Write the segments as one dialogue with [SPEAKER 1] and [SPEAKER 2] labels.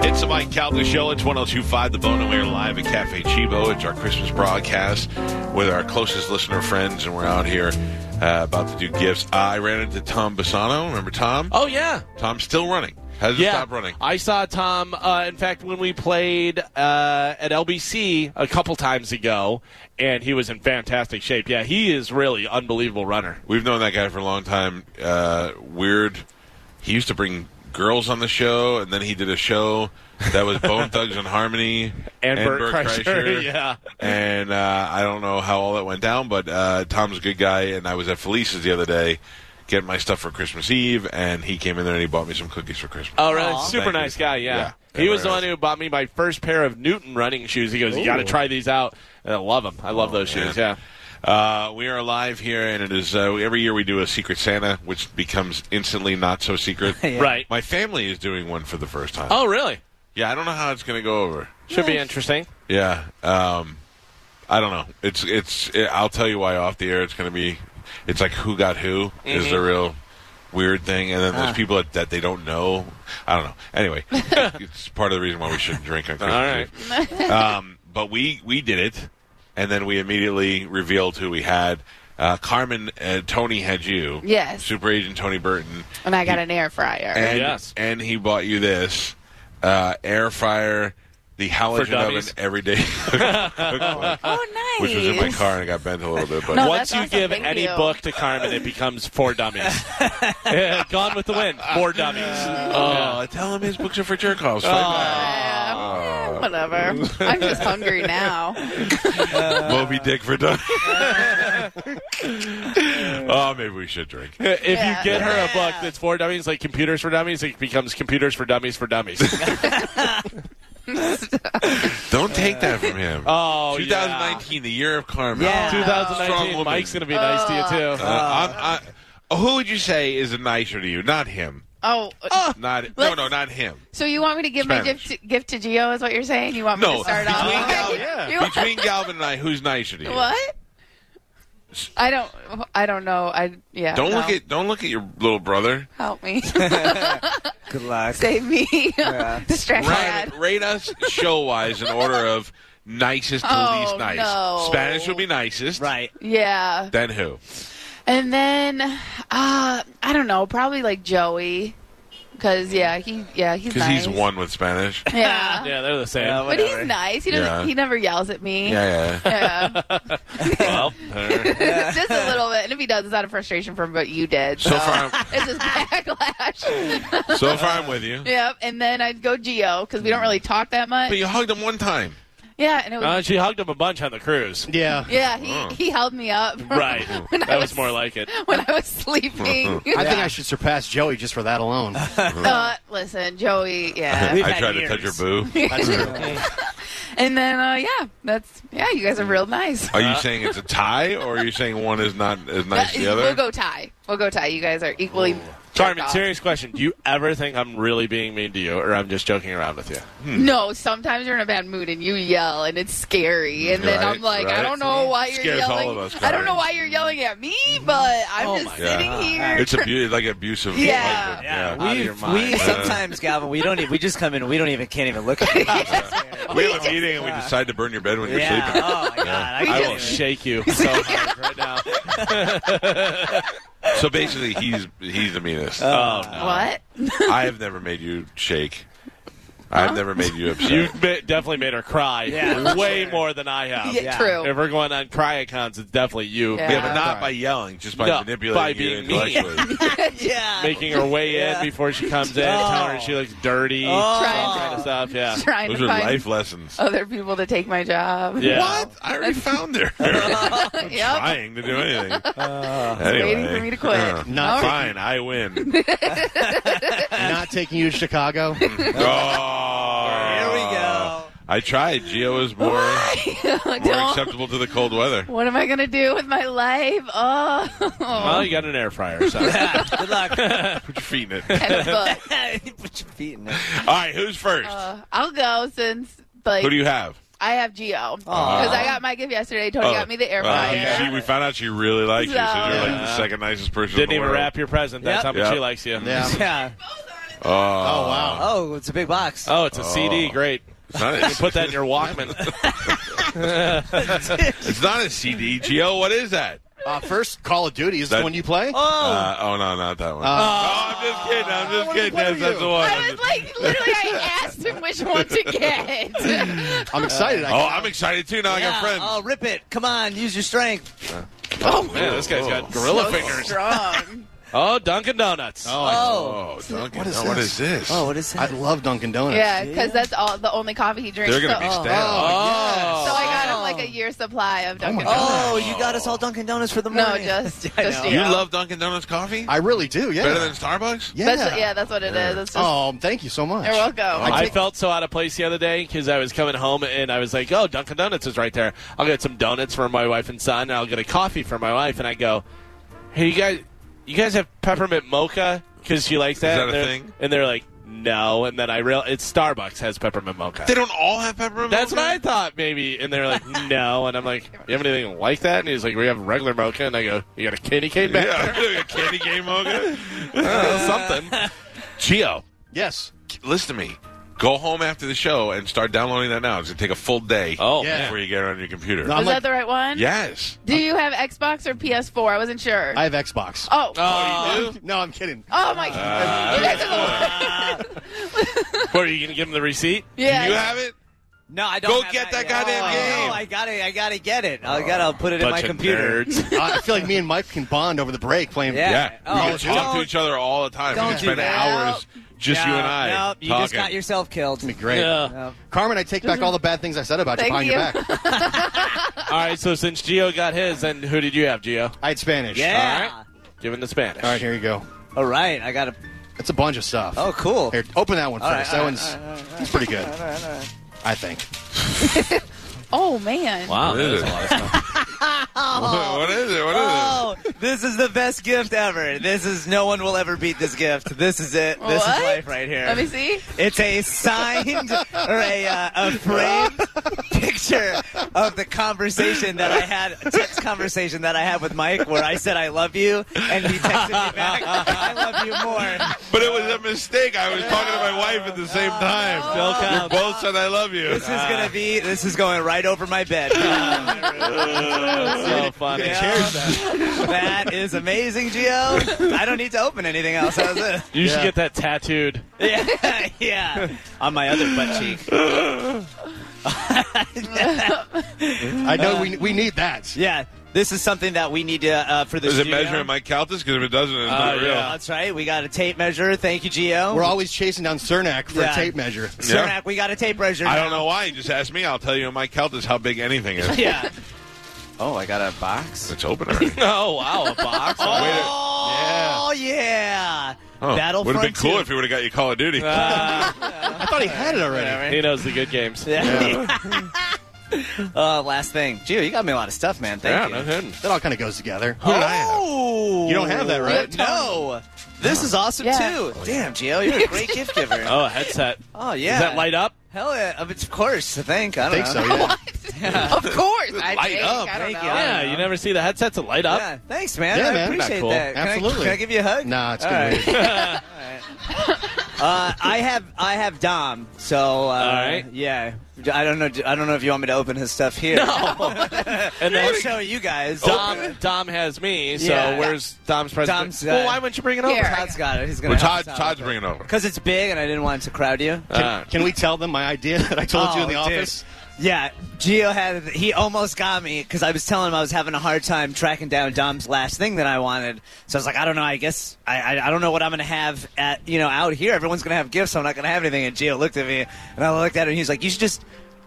[SPEAKER 1] It's the Mike Calda Show. It's 1025 The Bone and We're live at Cafe Chibo. It's our Christmas broadcast with our closest listener friends, and we're out here uh, about to do gifts. I ran into Tom Bassano. Remember Tom?
[SPEAKER 2] Oh yeah,
[SPEAKER 1] Tom's still running. Hasn't
[SPEAKER 2] yeah.
[SPEAKER 1] stopped running.
[SPEAKER 2] I saw Tom. Uh, in fact, when we played uh, at LBC a couple times ago, and he was in fantastic shape. Yeah, he is really unbelievable runner.
[SPEAKER 1] We've known that guy for a long time. Uh, weird. He used to bring girls on the show, and then he did a show that was Bone Thugs and Harmony
[SPEAKER 2] And Bert Kreischer, yeah.
[SPEAKER 1] And uh, I don't know how all that went down, but uh, Tom's a good guy, and I was at Felice's the other day getting my stuff for Christmas Eve, and he came in there and he bought me some cookies for Christmas.
[SPEAKER 2] Oh really?
[SPEAKER 3] Aw.
[SPEAKER 2] Super
[SPEAKER 1] Thank
[SPEAKER 2] nice
[SPEAKER 1] you.
[SPEAKER 2] guy. Yeah.
[SPEAKER 1] Yeah.
[SPEAKER 2] He
[SPEAKER 1] Yeah,
[SPEAKER 2] was the
[SPEAKER 1] very
[SPEAKER 2] one
[SPEAKER 1] nice.
[SPEAKER 2] who bought me my first pair of Newton running shoes. He goes, "You got to try these out." And I love them. I love those
[SPEAKER 1] Oh, man.
[SPEAKER 2] shoes. Yeah.
[SPEAKER 1] Uh, we are live here, and it is uh, every year we do a Secret Santa, which becomes instantly not so secret.
[SPEAKER 3] Yeah.
[SPEAKER 2] Right.
[SPEAKER 1] My family is doing one for the first time.
[SPEAKER 2] Oh really?
[SPEAKER 1] Yeah, I don't know how it's going to go over.
[SPEAKER 2] Should be interesting.
[SPEAKER 1] Yeah, um, I don't know. It's it's. It, I'll tell you why off the air. It's going to be. It's like who got who is the real weird thing, and then there's people that, that they don't know. I don't know. Anyway, it's part of the reason why we shouldn't drink on
[SPEAKER 2] All right.
[SPEAKER 1] Christmas Eve. Um, but we we did it, and then we immediately revealed who we had. Uh, Carmen, uh, Tony had you.
[SPEAKER 3] Yes.
[SPEAKER 1] Super Agent Tony Burton.
[SPEAKER 3] And I got an air fryer.
[SPEAKER 1] And,
[SPEAKER 2] Yes.
[SPEAKER 1] and he bought you this uh, air fryer, the halogen oven
[SPEAKER 2] dummies.
[SPEAKER 1] everyday,
[SPEAKER 3] oh, nice.
[SPEAKER 1] which was in my car and it got bent a little bit. But
[SPEAKER 3] No,
[SPEAKER 2] Once
[SPEAKER 3] that's
[SPEAKER 2] you
[SPEAKER 3] awesome.
[SPEAKER 2] give
[SPEAKER 3] Thank
[SPEAKER 2] any
[SPEAKER 3] you.
[SPEAKER 2] book to Carmen, it becomes four dummies. Yeah, Gone with the Wind, four dummies.
[SPEAKER 1] oh, tell him his books are for jerk offs.
[SPEAKER 2] Oh.
[SPEAKER 3] Yeah,
[SPEAKER 1] Ah.
[SPEAKER 3] whatever. I'm just hungry now.
[SPEAKER 1] Moby Dick for dummies. oh, maybe we should drink.
[SPEAKER 2] Yeah. If
[SPEAKER 3] Yeah.
[SPEAKER 2] you get her a book
[SPEAKER 3] Yeah.
[SPEAKER 2] that's for dummies, like Computers for Dummies, it becomes Computers for Dummies for Dummies.
[SPEAKER 1] Don't take that from him.
[SPEAKER 2] Oh, yeah.
[SPEAKER 1] 2019, the year of karma.
[SPEAKER 4] Yeah.
[SPEAKER 2] 2019,
[SPEAKER 1] Strong woman.
[SPEAKER 2] Mike's going to be nice to you, too.
[SPEAKER 1] Uh, I'm, I, who would you say is nicer to you? Not him.
[SPEAKER 3] Oh,
[SPEAKER 1] Not no,
[SPEAKER 3] Let's-
[SPEAKER 1] no, not him.
[SPEAKER 3] so you want me to give my
[SPEAKER 1] Ah. Spanish.
[SPEAKER 3] gift to, gift to Gio? Is what you're saying? You want me
[SPEAKER 1] No,
[SPEAKER 3] to start off?
[SPEAKER 1] between
[SPEAKER 3] Okay.
[SPEAKER 1] Gal-
[SPEAKER 3] You want-
[SPEAKER 1] between Galvin and I, who's nicer to you?
[SPEAKER 3] what? I don't. I don't know. I yeah.
[SPEAKER 1] Don't
[SPEAKER 3] no.
[SPEAKER 1] look at don't look at your little brother.
[SPEAKER 3] Help me.
[SPEAKER 4] Good luck.
[SPEAKER 3] Save me. Distract my
[SPEAKER 1] Rate,
[SPEAKER 3] dad.
[SPEAKER 1] rate us show wise in order of nicest to
[SPEAKER 3] Oh,
[SPEAKER 1] least nice.
[SPEAKER 3] no.
[SPEAKER 1] Spanish would be nicest.
[SPEAKER 4] Right.
[SPEAKER 3] Yeah.
[SPEAKER 1] Then who?
[SPEAKER 3] And then uh I don't know. Probably like Joey, because yeah, he yeah he's
[SPEAKER 1] Because
[SPEAKER 3] nice.
[SPEAKER 1] he's one with Spanish.
[SPEAKER 3] Yeah.
[SPEAKER 2] Yeah, they're the same.
[SPEAKER 4] Yeah,
[SPEAKER 3] But
[SPEAKER 4] whatever.
[SPEAKER 3] he's nice. He doesn't.
[SPEAKER 1] Yeah.
[SPEAKER 3] He never yells at me.
[SPEAKER 1] Yeah, yeah.
[SPEAKER 3] Yeah.
[SPEAKER 2] well, they're-
[SPEAKER 3] just a little bit. And if he does, it's out of frustration from what you did.
[SPEAKER 1] So
[SPEAKER 3] So,
[SPEAKER 1] far,
[SPEAKER 3] it's just backlash.
[SPEAKER 1] so far I'm with you.
[SPEAKER 3] yep. And then I'd go Geo because we don't really talk that much.
[SPEAKER 1] But you hugged him one time.
[SPEAKER 3] yeah. And it was.
[SPEAKER 2] uh, she hugged him a bunch on the cruise.
[SPEAKER 4] Yeah.
[SPEAKER 3] yeah.
[SPEAKER 1] Oh.
[SPEAKER 3] He, he held me up.
[SPEAKER 2] Right.
[SPEAKER 3] When I
[SPEAKER 2] that was more like it.
[SPEAKER 3] When I was sleeping.
[SPEAKER 5] I think I should surpass Joey just for that alone.
[SPEAKER 3] uh, listen, Joey. Yeah.
[SPEAKER 4] We've
[SPEAKER 1] I
[SPEAKER 4] had
[SPEAKER 1] tried to
[SPEAKER 4] years.
[SPEAKER 1] touch your boo.
[SPEAKER 3] and then uh, yeah, that's yeah. You guys are real nice.
[SPEAKER 1] Are you saying it's a tie, or are you saying one is not as nice as the
[SPEAKER 3] Uh,
[SPEAKER 1] other?
[SPEAKER 3] We'll go tie. We'll go tie. You guys are equally. jerked
[SPEAKER 2] Carmen,
[SPEAKER 3] off.
[SPEAKER 2] serious question. Do you ever think I'm really being mean to you, or I'm just joking around with you?
[SPEAKER 3] No, sometimes you're in a bad mood and you yell and it's scary, and then
[SPEAKER 1] Right,
[SPEAKER 3] I'm like,
[SPEAKER 1] right.
[SPEAKER 3] I don't know why you're
[SPEAKER 1] Scares all
[SPEAKER 3] yelling.
[SPEAKER 1] of us,
[SPEAKER 3] I don't know
[SPEAKER 1] Karen.
[SPEAKER 3] why you're yelling at me, but I'm just
[SPEAKER 4] Oh my
[SPEAKER 3] sitting
[SPEAKER 1] God.
[SPEAKER 3] here.
[SPEAKER 1] It's abu- like abusive.
[SPEAKER 3] Yeah.
[SPEAKER 1] husband.
[SPEAKER 4] Yeah,
[SPEAKER 2] out of your
[SPEAKER 4] we
[SPEAKER 2] mind.
[SPEAKER 4] we
[SPEAKER 2] Yeah.
[SPEAKER 4] sometimes, Galvin, we don't even, we just come in and we don't even can't even look at you.
[SPEAKER 1] We have a meeting and we decide to burn your bed when you're
[SPEAKER 4] uh, yeah.
[SPEAKER 1] sleeping.
[SPEAKER 4] Oh my god. I,
[SPEAKER 2] I
[SPEAKER 4] can't
[SPEAKER 2] will
[SPEAKER 4] even-
[SPEAKER 2] shake you so hard right now.
[SPEAKER 1] So basically, he's he's the meanest.
[SPEAKER 4] Oh.
[SPEAKER 1] Um,
[SPEAKER 3] what?
[SPEAKER 1] I have never made you shake. I've never made you upset.
[SPEAKER 2] You've ma- definitely made her cry
[SPEAKER 4] Yeah.
[SPEAKER 2] way more than I have.
[SPEAKER 3] Yeah,
[SPEAKER 4] Oh, yeah.
[SPEAKER 3] True.
[SPEAKER 2] If we're going on cryacons, it's definitely you
[SPEAKER 3] Yeah.
[SPEAKER 1] yeah, but not by yelling, just by
[SPEAKER 2] No,
[SPEAKER 1] manipulating
[SPEAKER 2] by
[SPEAKER 1] you
[SPEAKER 2] being mean.
[SPEAKER 1] intellectually.
[SPEAKER 4] yeah.
[SPEAKER 2] making her way
[SPEAKER 4] Yeah.
[SPEAKER 2] in before she comes in,
[SPEAKER 4] Oh.
[SPEAKER 2] telling her she looks dirty,
[SPEAKER 4] Oh.
[SPEAKER 2] that kind of stuff. Yeah.
[SPEAKER 3] Trying
[SPEAKER 1] Those
[SPEAKER 3] to
[SPEAKER 1] are
[SPEAKER 3] find
[SPEAKER 1] life lessons.
[SPEAKER 3] other people to take my job.
[SPEAKER 2] Oh, Yeah.
[SPEAKER 1] What? I already found her. I'm
[SPEAKER 3] yep.
[SPEAKER 1] trying to do anything.
[SPEAKER 2] Uh,
[SPEAKER 3] waiting
[SPEAKER 1] anyway.
[SPEAKER 3] for me to quit.
[SPEAKER 1] Yeah.
[SPEAKER 5] Not
[SPEAKER 1] Fine, I win.
[SPEAKER 5] Not taking you to Chicago?
[SPEAKER 1] Oh,
[SPEAKER 4] Here we go.
[SPEAKER 1] I tried. Geo is more more
[SPEAKER 3] Don't-
[SPEAKER 1] acceptable to the cold weather.
[SPEAKER 3] What am I gonna do with my life? Oh,
[SPEAKER 2] Well, you got an air fryer, so
[SPEAKER 4] Yeah, good luck.
[SPEAKER 1] Put your feet in it.
[SPEAKER 3] That's booked.
[SPEAKER 4] Put your feet in it.
[SPEAKER 1] All right, who's first?
[SPEAKER 3] Uh, I'll go since like
[SPEAKER 1] Who do you have?
[SPEAKER 3] I have Geo because I got my gift yesterday. Tony
[SPEAKER 1] Oh.
[SPEAKER 3] got me the air
[SPEAKER 1] Well,
[SPEAKER 3] fryer.
[SPEAKER 1] you see, we found out she really likes you, so
[SPEAKER 3] So-
[SPEAKER 1] you're like the second nicest person.
[SPEAKER 2] didn't
[SPEAKER 1] in the
[SPEAKER 2] even
[SPEAKER 1] world.
[SPEAKER 2] wrap your present. That's
[SPEAKER 4] Yep.
[SPEAKER 2] how much she
[SPEAKER 1] Yep.
[SPEAKER 2] likes you.
[SPEAKER 5] Yeah.
[SPEAKER 4] Yeah.
[SPEAKER 1] Oh,
[SPEAKER 5] Oh, wow.
[SPEAKER 4] Oh, it's a big box.
[SPEAKER 2] Oh, it's a CD. Great.
[SPEAKER 1] It's not,
[SPEAKER 2] You put that in your Walkman.
[SPEAKER 1] it's not a CD. Geo, what is that?
[SPEAKER 5] Uh, first, Call of Duty is
[SPEAKER 1] That-
[SPEAKER 5] the one you play.
[SPEAKER 4] Oh.
[SPEAKER 1] Uh, oh no, not that one.
[SPEAKER 5] Uh,
[SPEAKER 1] oh, I'm just kidding. I'm just
[SPEAKER 5] what
[SPEAKER 1] kidding.
[SPEAKER 5] are
[SPEAKER 1] That's,
[SPEAKER 5] you?
[SPEAKER 1] that's the one.
[SPEAKER 3] I was like, literally, I asked him which one to get.
[SPEAKER 5] I'm excited.
[SPEAKER 1] oh, I'm excited too. Now I got friends.
[SPEAKER 4] Oh, rip it. Come on, use your strength.
[SPEAKER 1] Oh,
[SPEAKER 2] Man, this guy's got gorilla fingers.
[SPEAKER 3] Strong.
[SPEAKER 2] Oh, Dunkin' Donuts.
[SPEAKER 4] Oh.
[SPEAKER 1] Oh, Duncan.
[SPEAKER 5] What is
[SPEAKER 1] no, what
[SPEAKER 5] this?
[SPEAKER 1] is this?
[SPEAKER 4] Oh, what is
[SPEAKER 5] I
[SPEAKER 4] that?
[SPEAKER 5] love Dunkin' Donuts.
[SPEAKER 3] Yeah, because that's all the only coffee he drinks.
[SPEAKER 1] They're gonna
[SPEAKER 3] so,
[SPEAKER 1] be
[SPEAKER 3] oh.
[SPEAKER 1] stabbed.
[SPEAKER 2] Oh.
[SPEAKER 3] So I got him like a year's supply of Dunkin'
[SPEAKER 5] God.
[SPEAKER 3] Donuts.
[SPEAKER 4] Oh, you got us all Dunkin' Donuts for the
[SPEAKER 3] No,
[SPEAKER 4] morning.
[SPEAKER 3] just-
[SPEAKER 4] I
[SPEAKER 3] just
[SPEAKER 4] know.
[SPEAKER 1] Oh, you
[SPEAKER 3] Yeah.
[SPEAKER 1] love Dunkin' Donuts coffee
[SPEAKER 5] I really do. Yeah.
[SPEAKER 1] better than Starbucks?
[SPEAKER 5] yeah.
[SPEAKER 3] That's, yeah, that's what it is. It's just,
[SPEAKER 5] oh, thank you so much.
[SPEAKER 3] You're welcome.
[SPEAKER 2] I felt so out of place the other day because I was coming home and I was like, "Oh, Dunkin' Donuts is right there. I'll get some donuts for my wife and son, and I'll get a coffee for my wife." And I go, "Hey, you guys, you guys have peppermint mocha because she likes that."
[SPEAKER 1] that
[SPEAKER 2] and
[SPEAKER 1] a
[SPEAKER 2] they're-
[SPEAKER 1] thing?
[SPEAKER 2] And they're like, "No." And then I real it's Starbucks has peppermint mocha.
[SPEAKER 1] They don't all have peppermint.
[SPEAKER 2] That's what
[SPEAKER 1] mocha?
[SPEAKER 2] I thought maybe. And they're like, "No." And I'm like, "You have anything like that?" And he's like, "We have regular mocha." And I go, "You got a candy cane back
[SPEAKER 1] Yeah, I'm doing a candy game mocha.
[SPEAKER 2] there? something?" Geo.
[SPEAKER 5] Yes.
[SPEAKER 1] Listen to me. Go home after the show and start downloading that now. It's gonna take a full day
[SPEAKER 2] Oh,
[SPEAKER 5] Yeah.
[SPEAKER 1] before you get it on your computer.
[SPEAKER 5] No.
[SPEAKER 3] was
[SPEAKER 5] I'm like-
[SPEAKER 3] that the right one?
[SPEAKER 1] Yes.
[SPEAKER 3] Do you have Xbox or PS4? I wasn't sure.
[SPEAKER 5] I have Xbox.
[SPEAKER 3] oh.
[SPEAKER 2] Oh,
[SPEAKER 4] Uh,
[SPEAKER 2] you do?
[SPEAKER 5] No, I'm kidding.
[SPEAKER 3] Oh, my God. You guys are the worst.
[SPEAKER 2] What, are you going to give him the receipt?
[SPEAKER 3] Yeah.
[SPEAKER 1] Do you have it?
[SPEAKER 4] No, I don't.
[SPEAKER 1] Go
[SPEAKER 4] have
[SPEAKER 1] get that
[SPEAKER 4] yet.
[SPEAKER 1] goddamn
[SPEAKER 4] Oh,
[SPEAKER 1] game.
[SPEAKER 4] No, I gotta, I gotta get it. I gotta I'll put it in
[SPEAKER 2] Bunch
[SPEAKER 4] my
[SPEAKER 2] of
[SPEAKER 4] computer.
[SPEAKER 2] nerds.
[SPEAKER 5] Uh, I feel like me and Mike can bond over the break playing.
[SPEAKER 4] Yeah.
[SPEAKER 1] Yeah.
[SPEAKER 4] Oh,
[SPEAKER 1] we can talk to
[SPEAKER 4] don't-
[SPEAKER 1] each other all the time. we
[SPEAKER 4] don't
[SPEAKER 1] can
[SPEAKER 4] do
[SPEAKER 1] spend
[SPEAKER 4] that.
[SPEAKER 1] hours just you and I
[SPEAKER 4] No, you
[SPEAKER 1] talking.
[SPEAKER 4] just got yourself killed.
[SPEAKER 5] It'd be great.
[SPEAKER 4] No.
[SPEAKER 5] Carmen, I take back all the bad things I said about you
[SPEAKER 3] Thank
[SPEAKER 5] behind your
[SPEAKER 3] you.
[SPEAKER 5] back.
[SPEAKER 2] All right, so since Gio got his, then who did you have, Gio?
[SPEAKER 5] I had Spanish. Uh,
[SPEAKER 4] Yeah.
[SPEAKER 2] All right. Give him the Spanish.
[SPEAKER 5] All right, here you go.
[SPEAKER 4] All right, I gotta.
[SPEAKER 5] It's a bunch of stuff.
[SPEAKER 4] Oh, cool.
[SPEAKER 5] Here, open that one first.
[SPEAKER 4] All right,
[SPEAKER 5] that
[SPEAKER 4] all right,
[SPEAKER 5] one's
[SPEAKER 4] all right, all
[SPEAKER 5] it's pretty good. I think.
[SPEAKER 3] Oh, man.
[SPEAKER 2] Wow.
[SPEAKER 1] What is it? what is it? What is it?
[SPEAKER 4] Oh, this is the best gift ever. This is no one will ever beat this gift. This is it. This is
[SPEAKER 3] What?
[SPEAKER 4] life right here.
[SPEAKER 3] Let me see.
[SPEAKER 4] It's a signed or a, uh, a framed picture of the conversation that I had, text conversation that I had with Mike, where I said I love you, and he texted me back, I love you more.
[SPEAKER 1] But it was a mistake. I was talking to my wife at the same
[SPEAKER 4] Oh,
[SPEAKER 1] time.
[SPEAKER 4] Phil
[SPEAKER 1] You
[SPEAKER 4] Cobb.
[SPEAKER 1] both said I love you.
[SPEAKER 4] This is gonna be. This is going right over my bed.
[SPEAKER 2] So funny.
[SPEAKER 4] that is amazing, Gio. I don't need to open anything else. That was it.
[SPEAKER 2] You should get that tattooed.
[SPEAKER 4] Yeah, yeah. On my other butt cheek.
[SPEAKER 5] I know we, we need that.
[SPEAKER 4] Yeah. This is something that we need to uh, for the.
[SPEAKER 1] Is it
[SPEAKER 4] studio.
[SPEAKER 1] measuring my calculus? Because if it doesn't, it's
[SPEAKER 4] Uh,
[SPEAKER 1] not real.
[SPEAKER 4] yeah, that's right. We got a tape measure. Thank you, Gio.
[SPEAKER 5] We're always chasing down Cernak for
[SPEAKER 4] Yeah.
[SPEAKER 5] a tape measure.
[SPEAKER 4] Cernak,
[SPEAKER 1] Yeah.
[SPEAKER 4] we got a tape measure.
[SPEAKER 1] I don't know why. You just ask me. I'll tell you in my calculus how big anything is.
[SPEAKER 4] Yeah. Oh, I got a box.
[SPEAKER 1] it's open already.
[SPEAKER 2] Oh, wow, a box.
[SPEAKER 4] Oh yeah.
[SPEAKER 1] Oh,
[SPEAKER 4] Battlefront
[SPEAKER 1] Would have been cool
[SPEAKER 4] 2.
[SPEAKER 1] if you would have got your Call of Duty.
[SPEAKER 2] Uh,
[SPEAKER 5] I thought he had it already.
[SPEAKER 2] he knows the good games.
[SPEAKER 4] Yeah. uh, last thing, Gio, you got me a lot of stuff, man. Thank
[SPEAKER 2] Yeah,
[SPEAKER 4] you.
[SPEAKER 2] no kidding.
[SPEAKER 5] That all kind of goes together.
[SPEAKER 4] oh,
[SPEAKER 5] You don't have that, right?
[SPEAKER 4] No. This is awesome
[SPEAKER 3] Yeah.
[SPEAKER 4] too. Damn, Gio, you're a great gift giver.
[SPEAKER 2] Oh, a headset.
[SPEAKER 4] Oh yeah.
[SPEAKER 2] Does that light up?
[SPEAKER 4] Hell yeah. Uh, Of course. I think. I
[SPEAKER 5] I think
[SPEAKER 4] don't
[SPEAKER 5] so,
[SPEAKER 4] know.
[SPEAKER 5] yeah.
[SPEAKER 3] Of course. I
[SPEAKER 1] Light
[SPEAKER 3] think.
[SPEAKER 1] up.
[SPEAKER 3] I don't
[SPEAKER 4] Thank
[SPEAKER 3] know.
[SPEAKER 4] you.
[SPEAKER 2] Yeah,
[SPEAKER 4] know.
[SPEAKER 2] you never see the headsets that light up.
[SPEAKER 4] Yeah, thanks, man.
[SPEAKER 5] Yeah,
[SPEAKER 4] I
[SPEAKER 5] man.
[SPEAKER 4] appreciate
[SPEAKER 2] Not cool.
[SPEAKER 4] that. Can I-
[SPEAKER 5] Absolutely.
[SPEAKER 4] Can I, give you a hug?
[SPEAKER 5] Nah, it's
[SPEAKER 4] All
[SPEAKER 5] good.
[SPEAKER 4] right. Uh, I have I have Dom, so uh,
[SPEAKER 2] right.
[SPEAKER 4] yeah. I don't know. I don't know if you want me to open his stuff here.
[SPEAKER 2] And then
[SPEAKER 4] I'll show you guys.
[SPEAKER 2] Dom, Dom has me, so
[SPEAKER 4] Yeah.
[SPEAKER 2] where's Dom's present?
[SPEAKER 4] Dom's, uh,
[SPEAKER 2] well, why wouldn't you bring it over?
[SPEAKER 3] Here.
[SPEAKER 4] Todd's got it. He's gonna.
[SPEAKER 1] Well, Todd, Todd's bringing it over.
[SPEAKER 4] because it's big, and I didn't want it to crowd you.
[SPEAKER 2] Uh,
[SPEAKER 5] Can we tell them my idea that I told you in the
[SPEAKER 4] Oh, dude.
[SPEAKER 5] office?
[SPEAKER 4] Yeah, Gio had he almost got me because I was telling him I was having a hard time tracking down Dom's last thing that I wanted. So I was like, I don't know. I guess I I, I don't know what I'm gonna have at you know out here. Everyone's gonna have gifts. I'm not gonna have anything. And Gio looked at me and I looked at him. and He's like, you should just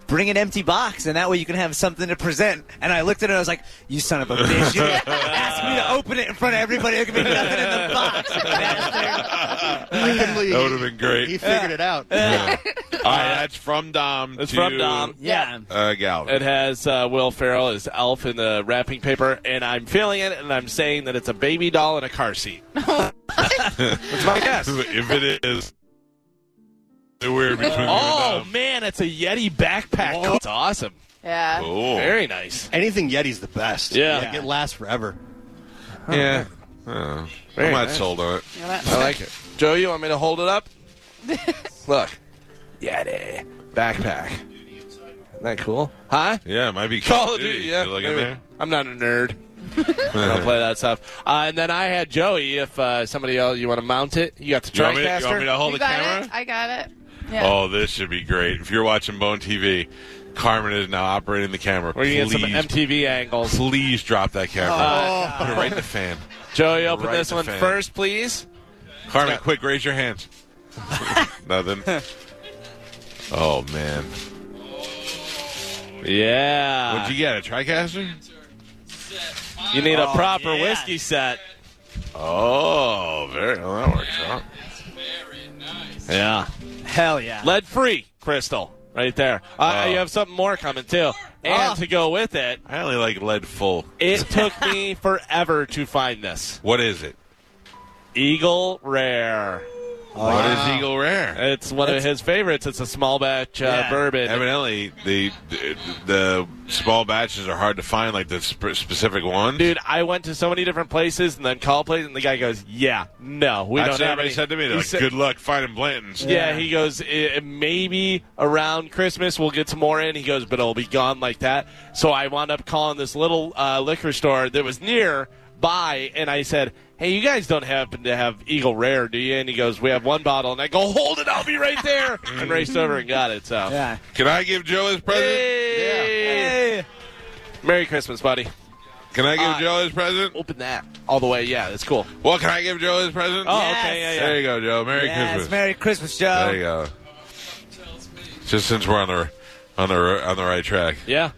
[SPEAKER 4] bring an empty box, and that way you can have something to present. And I looked at it, and I was like, you son of a bitch. You asked me to open it in front of everybody. There could be nothing in the box.
[SPEAKER 5] I couldn't believe
[SPEAKER 1] That would've been great.
[SPEAKER 5] He figured it out.
[SPEAKER 1] Yeah. All right, that's from Dom.
[SPEAKER 2] It's
[SPEAKER 1] to,
[SPEAKER 2] from Dom.
[SPEAKER 4] Yeah.
[SPEAKER 1] Uh, Galvin.
[SPEAKER 2] It has uh, Will Ferrell as Elf in the wrapping paper, and I'm feeling it, and I'm saying that it's a baby doll in a car seat. That's my guess.
[SPEAKER 1] if it is, we're between you and
[SPEAKER 2] Oh
[SPEAKER 1] Dom.
[SPEAKER 2] man, it's a Yeti backpack. It's awesome.
[SPEAKER 3] Yeah.
[SPEAKER 1] Cool.
[SPEAKER 2] Very nice.
[SPEAKER 5] Anything Yeti's the best.
[SPEAKER 2] Yeah.
[SPEAKER 5] Like, it lasts forever.
[SPEAKER 1] yeah. Oh,
[SPEAKER 2] Very
[SPEAKER 1] I'm not
[SPEAKER 2] nice.
[SPEAKER 1] sold on it.
[SPEAKER 3] You know what?
[SPEAKER 2] I like it. Joe, you want me to hold it up? Look. Yeti. Backpack. Isn't that cool? Huh?
[SPEAKER 1] Yeah, it might be
[SPEAKER 2] Call of Duty, yeah.
[SPEAKER 1] You look in
[SPEAKER 2] Maybe.
[SPEAKER 1] there.
[SPEAKER 2] I'm not a nerd. I don't play that stuff. Uh, and then I had Joey. If uh, somebody else, you want to mount it, you got the
[SPEAKER 1] You want, me to, you want me
[SPEAKER 2] TriCaster.
[SPEAKER 1] to hold
[SPEAKER 3] You
[SPEAKER 1] the
[SPEAKER 3] got
[SPEAKER 1] camera?
[SPEAKER 3] it? I got it. Yeah.
[SPEAKER 1] Oh, this should be great. If you're watching Bone TV, Carmen is now operating the camera.
[SPEAKER 2] We're gonna get some
[SPEAKER 1] Please,
[SPEAKER 2] MTV angles.
[SPEAKER 1] please drop that camera.
[SPEAKER 3] Oh.
[SPEAKER 2] Uh,
[SPEAKER 1] Put it right in the fan.
[SPEAKER 2] Joey, open
[SPEAKER 1] Right
[SPEAKER 2] this
[SPEAKER 1] the
[SPEAKER 2] one
[SPEAKER 1] fan.
[SPEAKER 2] first, please.
[SPEAKER 1] Carmen, quick, raise your hands. Nothing. Oh man,
[SPEAKER 2] Yeah.
[SPEAKER 1] what'd you
[SPEAKER 2] Uh,
[SPEAKER 1] get? A TriCaster?
[SPEAKER 2] You, need a
[SPEAKER 4] Oh,
[SPEAKER 2] proper
[SPEAKER 4] yeah.
[SPEAKER 2] whiskey set.
[SPEAKER 1] Oh, very. Well, that works out.
[SPEAKER 2] Yeah.
[SPEAKER 4] Hell yeah.
[SPEAKER 2] Lead free crystal right there. Uh,
[SPEAKER 1] Oh.
[SPEAKER 2] You have something more coming too. And
[SPEAKER 1] Ah.
[SPEAKER 4] Oh.
[SPEAKER 2] to go with it,
[SPEAKER 1] I only like lead full.
[SPEAKER 2] it took me forever to find this
[SPEAKER 1] What is it?
[SPEAKER 2] Eagle Rare.
[SPEAKER 1] What is Eagle Rare?
[SPEAKER 2] It's one of his favorites. It's a small batch uh,
[SPEAKER 4] Yeah.
[SPEAKER 2] bourbon.
[SPEAKER 1] Evidently, the, the the small batches are hard to find, like the sp- specific one.
[SPEAKER 2] Dude, I went to so many different places and then call places, and the guy goes, "Yeah, no, we
[SPEAKER 1] That's what
[SPEAKER 2] don't have
[SPEAKER 1] everybody
[SPEAKER 2] any."
[SPEAKER 1] said to me. They're
[SPEAKER 2] He
[SPEAKER 1] like,
[SPEAKER 2] said-
[SPEAKER 1] good luck finding Blanton's.
[SPEAKER 2] Yeah,
[SPEAKER 4] Yeah.
[SPEAKER 2] he goes, "I- maybe around Christmas we'll get some more in. He goes, but it'll be gone like that. So I wound up calling this little uh, liquor store that was near by, and I said, hey, you guys don't happen to have Eagle Rare, do you? And he goes, we have one bottle. And I go, hold it, I'll be right there. and raced over and got it. So,
[SPEAKER 4] Yeah.
[SPEAKER 1] Can I give Joe his present?
[SPEAKER 2] Hey! Merry Christmas, buddy.
[SPEAKER 1] Can I give
[SPEAKER 2] Uh,
[SPEAKER 1] Joe his present?
[SPEAKER 2] Open that all the way. Yeah, that's cool.
[SPEAKER 1] Well, can I give Joe his present?
[SPEAKER 2] Oh,
[SPEAKER 4] Yes.
[SPEAKER 2] okay, yeah, yeah.
[SPEAKER 1] There you go, Joe. Merry
[SPEAKER 4] yes,
[SPEAKER 1] Christmas.
[SPEAKER 4] Merry Christmas, Joe.
[SPEAKER 1] there you go. Just since we're on the on the on the right track,
[SPEAKER 2] Yeah.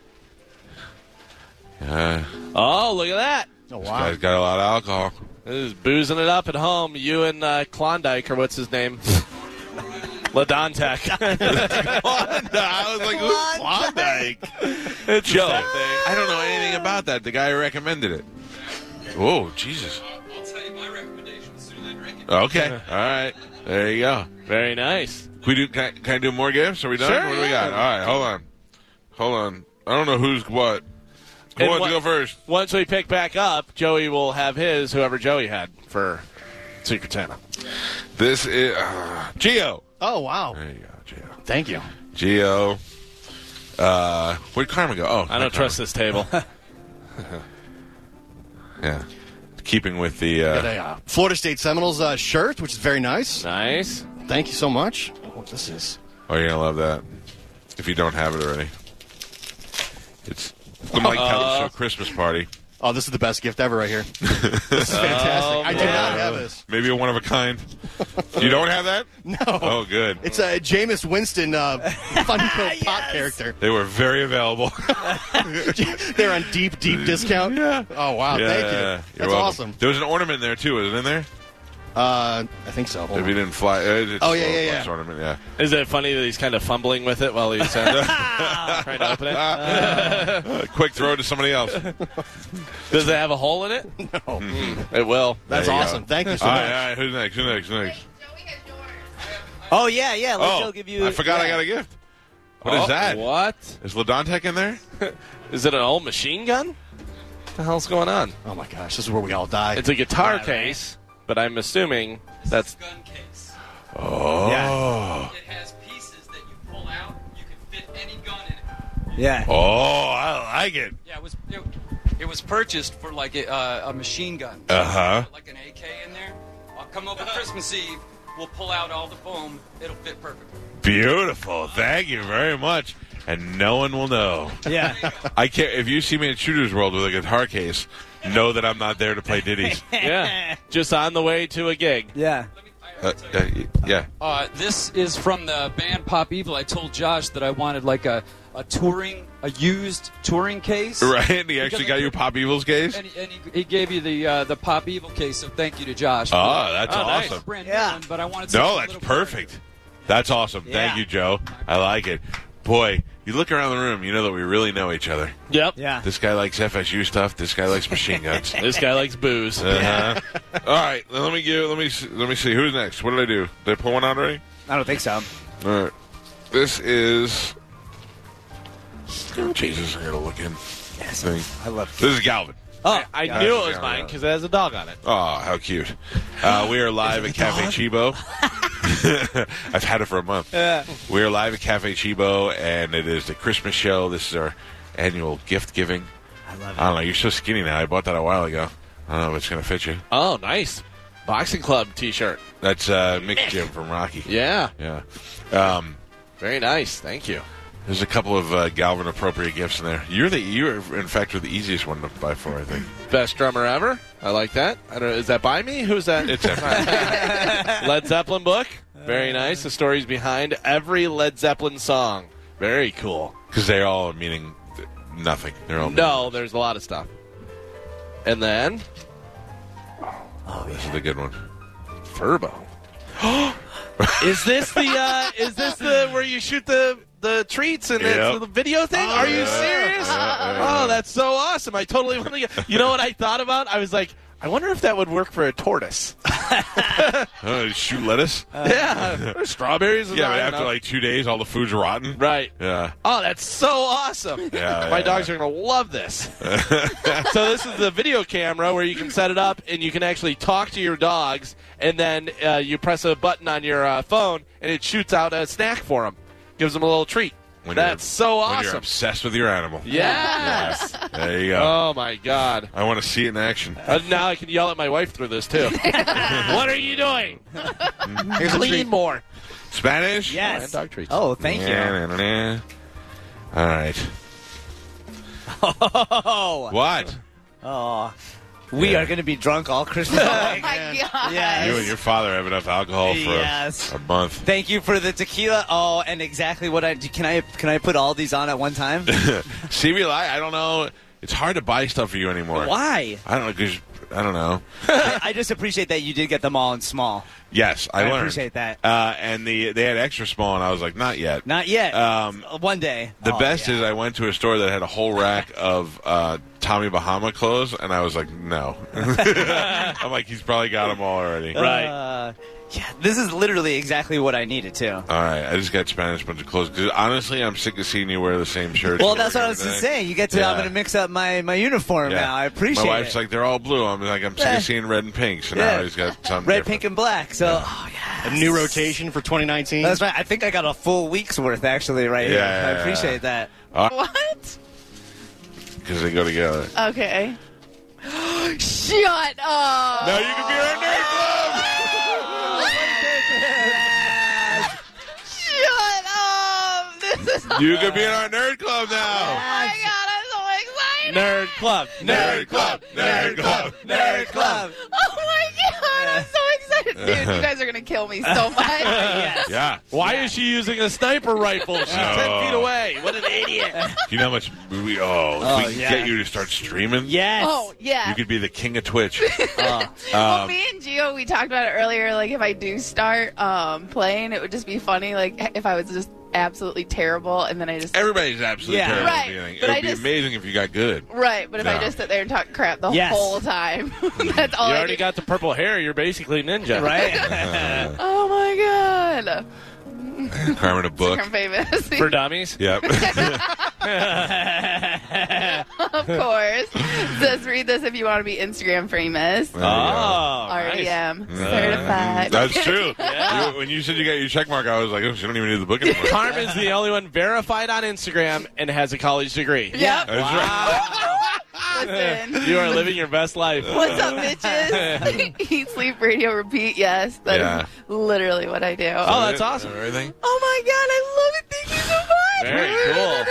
[SPEAKER 1] uh,
[SPEAKER 2] Oh, look at that.
[SPEAKER 5] Oh,
[SPEAKER 1] guys got a lot of alcohol.
[SPEAKER 2] This is boozing it up at home. You and uh, Klondike, or what's his name? LaDontek.
[SPEAKER 1] I was like, who's Klondike?
[SPEAKER 2] it's
[SPEAKER 1] Joe, I don't know anything about that. The guy who recommended it. Whoa, Jesus.
[SPEAKER 6] I'll tell you my recommendation as soon as I drink it.
[SPEAKER 1] Okay, all right. There you go.
[SPEAKER 2] Very nice.
[SPEAKER 1] Can we do? Can I, can I do more gifts? Are we done?
[SPEAKER 2] Sure,
[SPEAKER 1] what do we
[SPEAKER 2] yeah.
[SPEAKER 1] got? All right, hold on, hold on. I don't know who's what. Who
[SPEAKER 2] And
[SPEAKER 1] wants
[SPEAKER 2] what-
[SPEAKER 1] to go first?
[SPEAKER 2] Once we pick back up, Joey will have his, whoever Joey had for Secret Santa.
[SPEAKER 1] This is uh, Geo.
[SPEAKER 5] Oh, wow.
[SPEAKER 1] There you go, Geo.
[SPEAKER 5] Thank you.
[SPEAKER 1] Geo. Uh, where'd Carmen go? Oh,
[SPEAKER 2] I don't trust this table.
[SPEAKER 1] Yeah, keeping with the.
[SPEAKER 5] Got
[SPEAKER 1] Uh,
[SPEAKER 5] a uh, Florida State Seminoles uh, shirt, which is very nice.
[SPEAKER 2] nice.
[SPEAKER 5] Thank you so much. Oh, this is.
[SPEAKER 1] oh, you're gonna love that if you don't have it already. It's the Mike Kelly Show Christmas party.
[SPEAKER 5] Oh, this is the best gift ever right here. this is
[SPEAKER 4] Oh,
[SPEAKER 5] fantastic. I do not have this.
[SPEAKER 1] Maybe a one of a kind. you don't have that? No. Oh, good.
[SPEAKER 5] It's a Jameis Winston uh, Funko Pop character.
[SPEAKER 1] They were very available.
[SPEAKER 5] They're on deep, deep discount.
[SPEAKER 1] Yeah.
[SPEAKER 5] Oh wow!
[SPEAKER 1] Yeah,
[SPEAKER 5] Thank you.
[SPEAKER 1] yeah,
[SPEAKER 5] That's
[SPEAKER 1] You're welcome.
[SPEAKER 5] awesome.
[SPEAKER 1] There was an ornament there too, wasn't in there?
[SPEAKER 5] Uh, I think so. Hold
[SPEAKER 1] If you
[SPEAKER 5] on.
[SPEAKER 1] didn't fly, uh, it's
[SPEAKER 5] Oh, yeah,
[SPEAKER 1] a
[SPEAKER 5] yeah, yeah.
[SPEAKER 1] glass Ornament, yeah.
[SPEAKER 2] Is it funny that he's kind of fumbling with it while he's uh, trying to open it?
[SPEAKER 1] Uh, quick throw to somebody else. All right,
[SPEAKER 2] Does it have a hole in it? Hmm.
[SPEAKER 5] Oh,
[SPEAKER 2] It will.
[SPEAKER 5] that's
[SPEAKER 1] There you
[SPEAKER 5] awesome.
[SPEAKER 1] go.
[SPEAKER 5] Thank you so
[SPEAKER 1] all
[SPEAKER 5] much.
[SPEAKER 1] right. Who's next? Who's next? Who's next?
[SPEAKER 4] Oh yeah, yeah. Let
[SPEAKER 1] Oh,
[SPEAKER 4] Joe give you.
[SPEAKER 1] I forgot I got a gift. What is
[SPEAKER 2] Oh,
[SPEAKER 1] that? Is
[SPEAKER 2] What?
[SPEAKER 1] Ladontech in there?
[SPEAKER 2] Is it an old machine gun? What the hell's going on?
[SPEAKER 5] Oh my gosh, this is where we all die.
[SPEAKER 2] It's a guitar case, but I'm assuming that's
[SPEAKER 6] It's a gun case.
[SPEAKER 1] Oh,
[SPEAKER 6] It has pieces that you pull out. You can fit any gun in it.
[SPEAKER 4] Yeah.
[SPEAKER 1] oh, I like it.
[SPEAKER 6] Yeah, it was it, it was purchased for like a, uh, a machine gun,
[SPEAKER 1] Uh huh.
[SPEAKER 6] like an AK in there. I'll come over Christmas Eve. We'll pull out all the foam. It'll fit perfectly.
[SPEAKER 1] Beautiful. Thank you very much. And no one will know.
[SPEAKER 4] Yeah.
[SPEAKER 1] I can't. If you see me at Shooter's World with a guitar case, know that I'm not there to play ditties.
[SPEAKER 2] yeah, just on the way to a gig.
[SPEAKER 4] yeah.
[SPEAKER 6] Let me. I have to
[SPEAKER 1] Uh,
[SPEAKER 6] tell you.
[SPEAKER 1] uh, yeah.
[SPEAKER 6] Uh, this is from the band Pop Evil. I told Josh that I wanted like a, a touring, a used touring case.
[SPEAKER 1] Right? And he actually got you Pop Evil's case?
[SPEAKER 6] And, he, and he, he gave you the uh, the Pop Evil case, so thank you to Josh. for
[SPEAKER 1] Oh,
[SPEAKER 6] that.
[SPEAKER 1] that's
[SPEAKER 2] Oh, nice.
[SPEAKER 1] awesome.
[SPEAKER 6] Brand new
[SPEAKER 4] Yeah.
[SPEAKER 6] one, but I wanted to
[SPEAKER 1] No, that's perfect. That's awesome. Thank
[SPEAKER 4] Yeah.
[SPEAKER 1] you, Joe. I like it. Boy, you look around the room, you know that we really know each other.
[SPEAKER 2] Yep.
[SPEAKER 4] Yeah.
[SPEAKER 1] This guy likes FSU stuff. This guy likes machine guns.
[SPEAKER 2] This guy likes booze.
[SPEAKER 1] Uh-huh. All right, let me give. Let me s- let me see. Who's next? What did I do? Did I pull one out already?
[SPEAKER 4] I don't think so.
[SPEAKER 1] All right. This is. Oh, Jesus, I gotta look in.
[SPEAKER 4] Yes.
[SPEAKER 1] Thing.
[SPEAKER 4] I love
[SPEAKER 1] This is Galvin.
[SPEAKER 2] Oh, I
[SPEAKER 1] yeah.
[SPEAKER 2] knew
[SPEAKER 1] Yeah,
[SPEAKER 2] it was
[SPEAKER 1] yeah,
[SPEAKER 2] mine
[SPEAKER 1] yeah.
[SPEAKER 2] because it has a dog on it.
[SPEAKER 1] Oh, how cute. Uh, we are live at Cafe Chibo. I've had it for a month. We are live at Cafe Chibo, and it is the Christmas show. This is our annual gift giving.
[SPEAKER 4] I love
[SPEAKER 1] I don't know. You're so skinny now. I bought that a while ago. I don't know if it's going to fit you.
[SPEAKER 2] Oh, nice. Boxing club T-shirt.
[SPEAKER 1] That's uh, Mick's Jim from Rocky.
[SPEAKER 2] Yeah,
[SPEAKER 1] Yeah. Um,
[SPEAKER 2] very nice. Thank you.
[SPEAKER 1] there's a couple of uh, Galvin appropriate gifts in there. You're the you're in fact are the easiest one to buy for. I think
[SPEAKER 2] Best drummer ever. I like that. I don't. Is that by me? Who's that?
[SPEAKER 1] it's empty.
[SPEAKER 2] Led Zeppelin book. Very nice. The stories behind every Led Zeppelin song. Very cool.
[SPEAKER 1] because they all are meaning th- nothing. They're all
[SPEAKER 2] No, there's a lot of stuff. And then
[SPEAKER 1] This is the good one.
[SPEAKER 2] Furbo. is this the uh, is this the where you shoot the the treats and
[SPEAKER 1] Yep.
[SPEAKER 2] it's the video thing? Are you serious? Oh, that's so awesome! I totally want to get. You know what I thought about? I was like, I wonder if that would work for a tortoise.
[SPEAKER 1] Uh, shoot lettuce.
[SPEAKER 2] yeah, or strawberries. and
[SPEAKER 1] yeah,
[SPEAKER 2] I
[SPEAKER 1] but
[SPEAKER 2] don't
[SPEAKER 1] after
[SPEAKER 2] know.
[SPEAKER 1] like two days, all the food's rotten.
[SPEAKER 2] right.
[SPEAKER 1] Yeah.
[SPEAKER 2] Oh, that's so awesome!
[SPEAKER 1] Yeah,
[SPEAKER 2] My
[SPEAKER 1] yeah,
[SPEAKER 2] dogs are gonna love this. so this is the video camera where you can set it up and you can actually talk to your dogs, and then uh, you press a button on your uh, phone and it shoots out a snack for them, gives them a little treat.
[SPEAKER 1] When you're-
[SPEAKER 2] that's so
[SPEAKER 1] When you're
[SPEAKER 2] awesome!
[SPEAKER 1] obsessed with your animal.
[SPEAKER 2] Yes.
[SPEAKER 1] There you go.
[SPEAKER 2] oh my god!
[SPEAKER 1] I want to see it in action.
[SPEAKER 2] Uh, now I can yell at my wife through this too. what are you doing?
[SPEAKER 5] Here's a treat.
[SPEAKER 2] Clean more.
[SPEAKER 1] Spanish.
[SPEAKER 2] And
[SPEAKER 4] Yes.
[SPEAKER 2] dog treats.
[SPEAKER 4] Oh, thank you.
[SPEAKER 1] Nah, nah, nah, nah. All right.
[SPEAKER 4] Oh,
[SPEAKER 1] What?
[SPEAKER 4] oh. we
[SPEAKER 1] Yeah.
[SPEAKER 4] are going to be drunk all Christmas.
[SPEAKER 3] Oh my god.
[SPEAKER 4] Yeah.
[SPEAKER 1] You and your father have enough alcohol for
[SPEAKER 4] Yes.
[SPEAKER 1] a month.
[SPEAKER 4] Thank you for the tequila. Oh, and exactly what I can I can I put all these on at one time?
[SPEAKER 1] CB Live, I don't know. It's hard to buy stuff for you anymore.
[SPEAKER 4] Why?
[SPEAKER 1] I don't know. 'cause- I don't know.
[SPEAKER 4] I, I just appreciate that you did get them all in small.
[SPEAKER 1] Yes, I,
[SPEAKER 4] I
[SPEAKER 1] learned.
[SPEAKER 4] appreciate that.
[SPEAKER 1] Uh, and the they had extra small, and I was like, not yet.
[SPEAKER 4] Not yet.
[SPEAKER 1] Um,
[SPEAKER 4] Uh, one day.
[SPEAKER 1] The
[SPEAKER 4] Oh,
[SPEAKER 1] best
[SPEAKER 4] yeah.
[SPEAKER 1] is I went to a store that had a whole rack of uh, Tommy Bahama clothes, and I was like, no. I'm like, he's probably got them all already.
[SPEAKER 2] Right.
[SPEAKER 4] Uh, yeah, this is literally exactly what I needed too.
[SPEAKER 1] All right, I just got Spanish bunch of clothes because honestly, I'm sick of seeing you wear the same shirt.
[SPEAKER 4] Well,
[SPEAKER 1] you
[SPEAKER 4] that's
[SPEAKER 1] wear
[SPEAKER 4] what I was
[SPEAKER 1] every
[SPEAKER 4] just
[SPEAKER 1] day.
[SPEAKER 4] saying. You get to
[SPEAKER 1] Yeah.
[SPEAKER 4] I'm going to mix up my my uniform
[SPEAKER 1] Yeah.
[SPEAKER 4] now. I appreciate
[SPEAKER 1] My wife's
[SPEAKER 4] it.
[SPEAKER 1] like, they're all blue. I'm like, I'm sick
[SPEAKER 4] Yeah.
[SPEAKER 1] of seeing red and pinks, and
[SPEAKER 4] Yeah.
[SPEAKER 1] now he's got something
[SPEAKER 4] Red,
[SPEAKER 1] different.
[SPEAKER 4] pink, and black. So, oh, yeah.
[SPEAKER 5] A new rotation for 2019.
[SPEAKER 4] That's right. I think I got a full week's worth actually right here.
[SPEAKER 1] Yeah, yeah,
[SPEAKER 4] I
[SPEAKER 1] yeah.
[SPEAKER 4] appreciate that.
[SPEAKER 3] What?
[SPEAKER 1] because they go together.
[SPEAKER 3] Okay. Shut up.
[SPEAKER 1] Now you can be our nerd club.
[SPEAKER 3] Shut up. This is.
[SPEAKER 1] You can be in our nerd club
[SPEAKER 3] Oh
[SPEAKER 1] now.
[SPEAKER 3] my god! I'm so excited.
[SPEAKER 2] Nerd club.
[SPEAKER 1] Nerd club. Nerd club.
[SPEAKER 4] Nerd Club.
[SPEAKER 3] Oh my god! I'm so excited, dude. You guys are gonna kill me so much.
[SPEAKER 4] Yes.
[SPEAKER 1] Yeah.
[SPEAKER 2] Why is she using a sniper rifle? She's ten
[SPEAKER 1] Oh.
[SPEAKER 2] feet away. What an idiot!
[SPEAKER 1] You know how much we oh, if
[SPEAKER 4] Oh,
[SPEAKER 1] we could
[SPEAKER 4] yeah.
[SPEAKER 1] get you to start streaming.
[SPEAKER 4] Yes.
[SPEAKER 3] Oh yeah.
[SPEAKER 1] You could be the king of Twitch.
[SPEAKER 2] Um,
[SPEAKER 3] well, me and Gio, we talked about it earlier. Like, if I do start um, playing, it would just be funny. Like, if I was just absolutely terrible, and then I just
[SPEAKER 1] Everybody's absolutely
[SPEAKER 4] Yeah.
[SPEAKER 1] terrible
[SPEAKER 3] Right,
[SPEAKER 1] at beginning. It would
[SPEAKER 3] but I
[SPEAKER 1] be
[SPEAKER 3] just-
[SPEAKER 1] amazing if you got good.
[SPEAKER 3] right. But if I
[SPEAKER 1] No.
[SPEAKER 3] just sit there and talk crap the
[SPEAKER 4] Yes.
[SPEAKER 3] whole time, that's all.
[SPEAKER 2] You
[SPEAKER 3] I
[SPEAKER 2] already
[SPEAKER 3] do.
[SPEAKER 2] got the purple hair. You're basically ninja,
[SPEAKER 4] Right.
[SPEAKER 3] Oh my god!
[SPEAKER 1] Carmen a book.
[SPEAKER 3] I'm famous,
[SPEAKER 2] For dummies.
[SPEAKER 1] Yep.
[SPEAKER 3] of course. Just read this if you want to be Instagram famous.
[SPEAKER 2] Oh,
[SPEAKER 3] REM
[SPEAKER 1] Uh,
[SPEAKER 3] certified.
[SPEAKER 1] That's true. You- when you said you got your check mark, I was like, oh, she don't even need the book anymore.
[SPEAKER 2] Carmen's the only one verified on Instagram and has a college degree.
[SPEAKER 3] Yep.
[SPEAKER 1] That's right.
[SPEAKER 3] Listen.
[SPEAKER 2] You are living your best life.
[SPEAKER 3] What's up, bitches? Eat, sleep, radio, repeat. Yes, that is
[SPEAKER 1] Yeah.
[SPEAKER 3] literally what I do.
[SPEAKER 2] Oh, that's awesome.
[SPEAKER 1] Everything.
[SPEAKER 3] Oh my god, I love it. Thank you so much.
[SPEAKER 2] Very cool.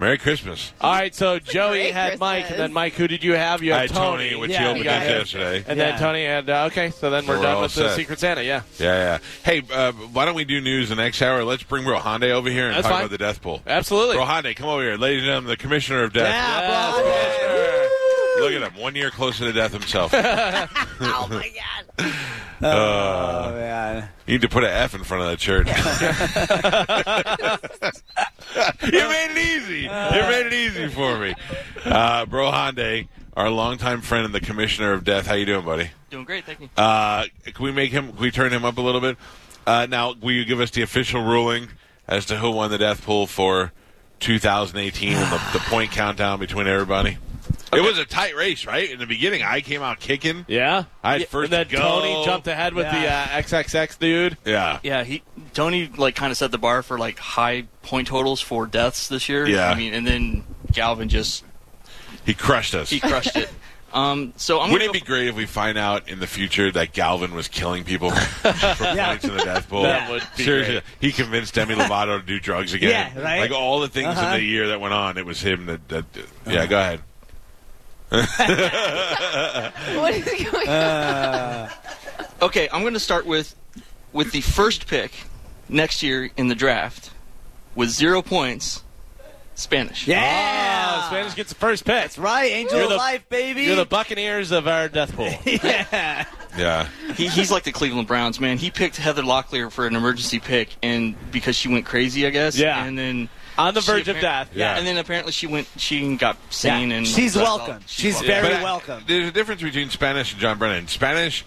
[SPEAKER 1] Merry Christmas.
[SPEAKER 2] All right, so Joey
[SPEAKER 3] great
[SPEAKER 2] had Mike, and
[SPEAKER 3] Christmas.
[SPEAKER 2] then Mike, who did you have? You
[SPEAKER 1] I
[SPEAKER 2] had
[SPEAKER 1] had Tony, which he
[SPEAKER 4] yeah,
[SPEAKER 1] opened
[SPEAKER 4] yeah,
[SPEAKER 1] up
[SPEAKER 4] yeah.
[SPEAKER 1] yesterday.
[SPEAKER 2] and
[SPEAKER 4] Yeah.
[SPEAKER 2] then Tony had uh, okay. So then
[SPEAKER 1] So
[SPEAKER 2] we're,
[SPEAKER 1] we're
[SPEAKER 2] done
[SPEAKER 1] all
[SPEAKER 2] with the
[SPEAKER 1] set.
[SPEAKER 2] Secret Santa. Yeah,
[SPEAKER 1] Yeah, yeah. Hey, uh, why don't we do news the next hour? Let's bring Rohande over here and
[SPEAKER 2] That's
[SPEAKER 1] talk
[SPEAKER 2] fine.
[SPEAKER 1] about the Death Bowl.
[SPEAKER 2] absolutely.
[SPEAKER 1] Rohande, come over here. Ladies and gentlemen, the Commissioner of Death.
[SPEAKER 4] Yeah, bro.
[SPEAKER 1] Look at him, one year closer to death himself. you
[SPEAKER 3] Oh my god.
[SPEAKER 4] Oh man.
[SPEAKER 1] need to put an F in front of that shirt. you made it easy. You made it easy for me. Uh, Bro Hyundai, our longtime friend and the Commissioner of Death. How you doing, buddy?
[SPEAKER 6] Doing great, thank you.
[SPEAKER 1] Uh, can we make him? Can we turn him up a little bit? Uh, now, will you give us the official ruling as to who won the death pool for 2018 and the, the point countdown between everybody? It was a tight race, right? In the beginning, I came out kicking.
[SPEAKER 2] Yeah,
[SPEAKER 1] I had first
[SPEAKER 2] and then
[SPEAKER 1] to go.
[SPEAKER 2] Tony jumped ahead with
[SPEAKER 4] Yeah.
[SPEAKER 2] the uh, XXX dude.
[SPEAKER 1] Yeah,
[SPEAKER 7] Yeah, he Tony like kind of set the bar for like high point totals for deaths this year.
[SPEAKER 1] Yeah.
[SPEAKER 7] I mean, and then Galvin just
[SPEAKER 1] he crushed us.
[SPEAKER 7] he crushed it. Um, so I'm
[SPEAKER 1] Wouldn't it
[SPEAKER 7] gonna
[SPEAKER 1] be great if we find out in the future that Galvin was killing people for points in the Death Bowl?
[SPEAKER 2] That would be
[SPEAKER 1] Seriously,
[SPEAKER 2] great.
[SPEAKER 1] he convinced Demi Lovato to do drugs again.
[SPEAKER 4] Yeah, right?
[SPEAKER 1] Like all the things in the year that went on, it was him that. that Yeah, go ahead.
[SPEAKER 3] What is going on?
[SPEAKER 7] go- okay. I'm gonna start with with the first pick next year in the draft with zero points. Spanish.
[SPEAKER 4] Yeah.
[SPEAKER 2] Oh, Spanish gets the first pick.
[SPEAKER 4] That's right, Angel
[SPEAKER 2] You're
[SPEAKER 4] of
[SPEAKER 2] the-
[SPEAKER 4] Life, baby.
[SPEAKER 2] You're the Buccaneers of our death pool.
[SPEAKER 4] yeah.
[SPEAKER 1] Yeah.
[SPEAKER 7] He, he's like the Cleveland Browns man. He picked Heather Locklear for an emergency pick, and because she went crazy, I guess.
[SPEAKER 2] Yeah.
[SPEAKER 7] And then
[SPEAKER 2] On the
[SPEAKER 7] she
[SPEAKER 2] verge of
[SPEAKER 7] appar-
[SPEAKER 2] death.
[SPEAKER 1] Yeah.
[SPEAKER 7] And then apparently she went. She got sane
[SPEAKER 4] Yeah.
[SPEAKER 7] and
[SPEAKER 4] She's welcome. She's
[SPEAKER 7] welcome.
[SPEAKER 4] very
[SPEAKER 1] I-
[SPEAKER 4] welcome.
[SPEAKER 1] there's a difference between Spanish and John Brennan. Spanish,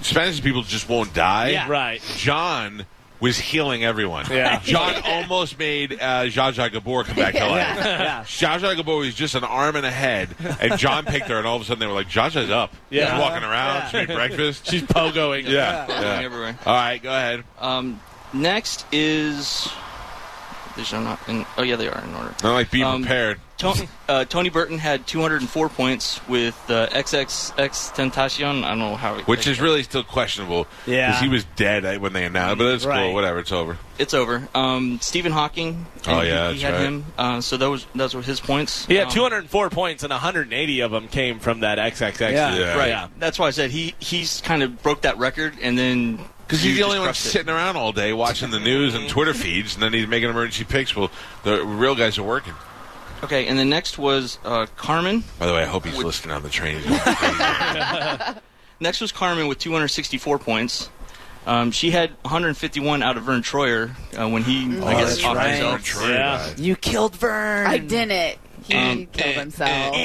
[SPEAKER 1] Spanish people just won't die.
[SPEAKER 4] Yeah.
[SPEAKER 2] Right.
[SPEAKER 1] John was healing everyone.
[SPEAKER 2] Yeah.
[SPEAKER 1] John almost made uh, Zsa Zsa Gabor come back to life.
[SPEAKER 4] yeah.
[SPEAKER 1] Zsa Zsa Gabor was just an arm and a head, and John picked her, and all of a sudden they were like, Zsa Zsa's up.
[SPEAKER 2] Yeah.
[SPEAKER 1] She's walking around. She made breakfast.
[SPEAKER 2] She's pogoing.
[SPEAKER 1] Yeah.
[SPEAKER 7] Going
[SPEAKER 1] yeah.
[SPEAKER 7] everywhere.
[SPEAKER 1] All right, go ahead.
[SPEAKER 7] Um, next is. These are not in. Oh yeah, they are in order.
[SPEAKER 1] Not like be
[SPEAKER 7] Um,
[SPEAKER 1] prepared.
[SPEAKER 7] Tony, uh, Tony Burton had 204 points with uh, XXX Tentacion. I don't know how.
[SPEAKER 1] Which is really still questionable.
[SPEAKER 4] Yeah.
[SPEAKER 1] Because he was dead uh, when they announced but it's
[SPEAKER 4] Right.
[SPEAKER 1] cool. Whatever, it's over.
[SPEAKER 7] It's over. Um, Stephen Hawking.
[SPEAKER 1] Oh,
[SPEAKER 7] he-
[SPEAKER 1] yeah,
[SPEAKER 7] he,
[SPEAKER 1] that's
[SPEAKER 7] had
[SPEAKER 1] right.
[SPEAKER 7] him. Uh, so those those were his points.
[SPEAKER 2] He had
[SPEAKER 7] Um,
[SPEAKER 2] 204 points, and 180 of them came from that XXX.
[SPEAKER 4] Yeah.
[SPEAKER 2] dude.
[SPEAKER 1] Yeah.
[SPEAKER 7] Right.
[SPEAKER 2] Yeah.
[SPEAKER 7] That's why I said he he's kind of broke that record and then
[SPEAKER 1] Because he's
[SPEAKER 7] you
[SPEAKER 1] the
[SPEAKER 7] just
[SPEAKER 1] only one
[SPEAKER 7] crushed it.
[SPEAKER 1] sitting around all day watching the news and Twitter feeds, and then he's making emergency picks. Well, the real guys are working.
[SPEAKER 7] Okay, and the next was uh, Carmen.
[SPEAKER 1] By the way, I hope he's listening on the train.
[SPEAKER 7] Next was Carmen with 264 points. Um, she had 151 out of Vern Troyer uh, when he, I guess,
[SPEAKER 4] Mm. that's
[SPEAKER 7] off
[SPEAKER 4] right.
[SPEAKER 7] himself.
[SPEAKER 2] Yeah.
[SPEAKER 4] You killed Vern.
[SPEAKER 3] I didn't. He killed himself.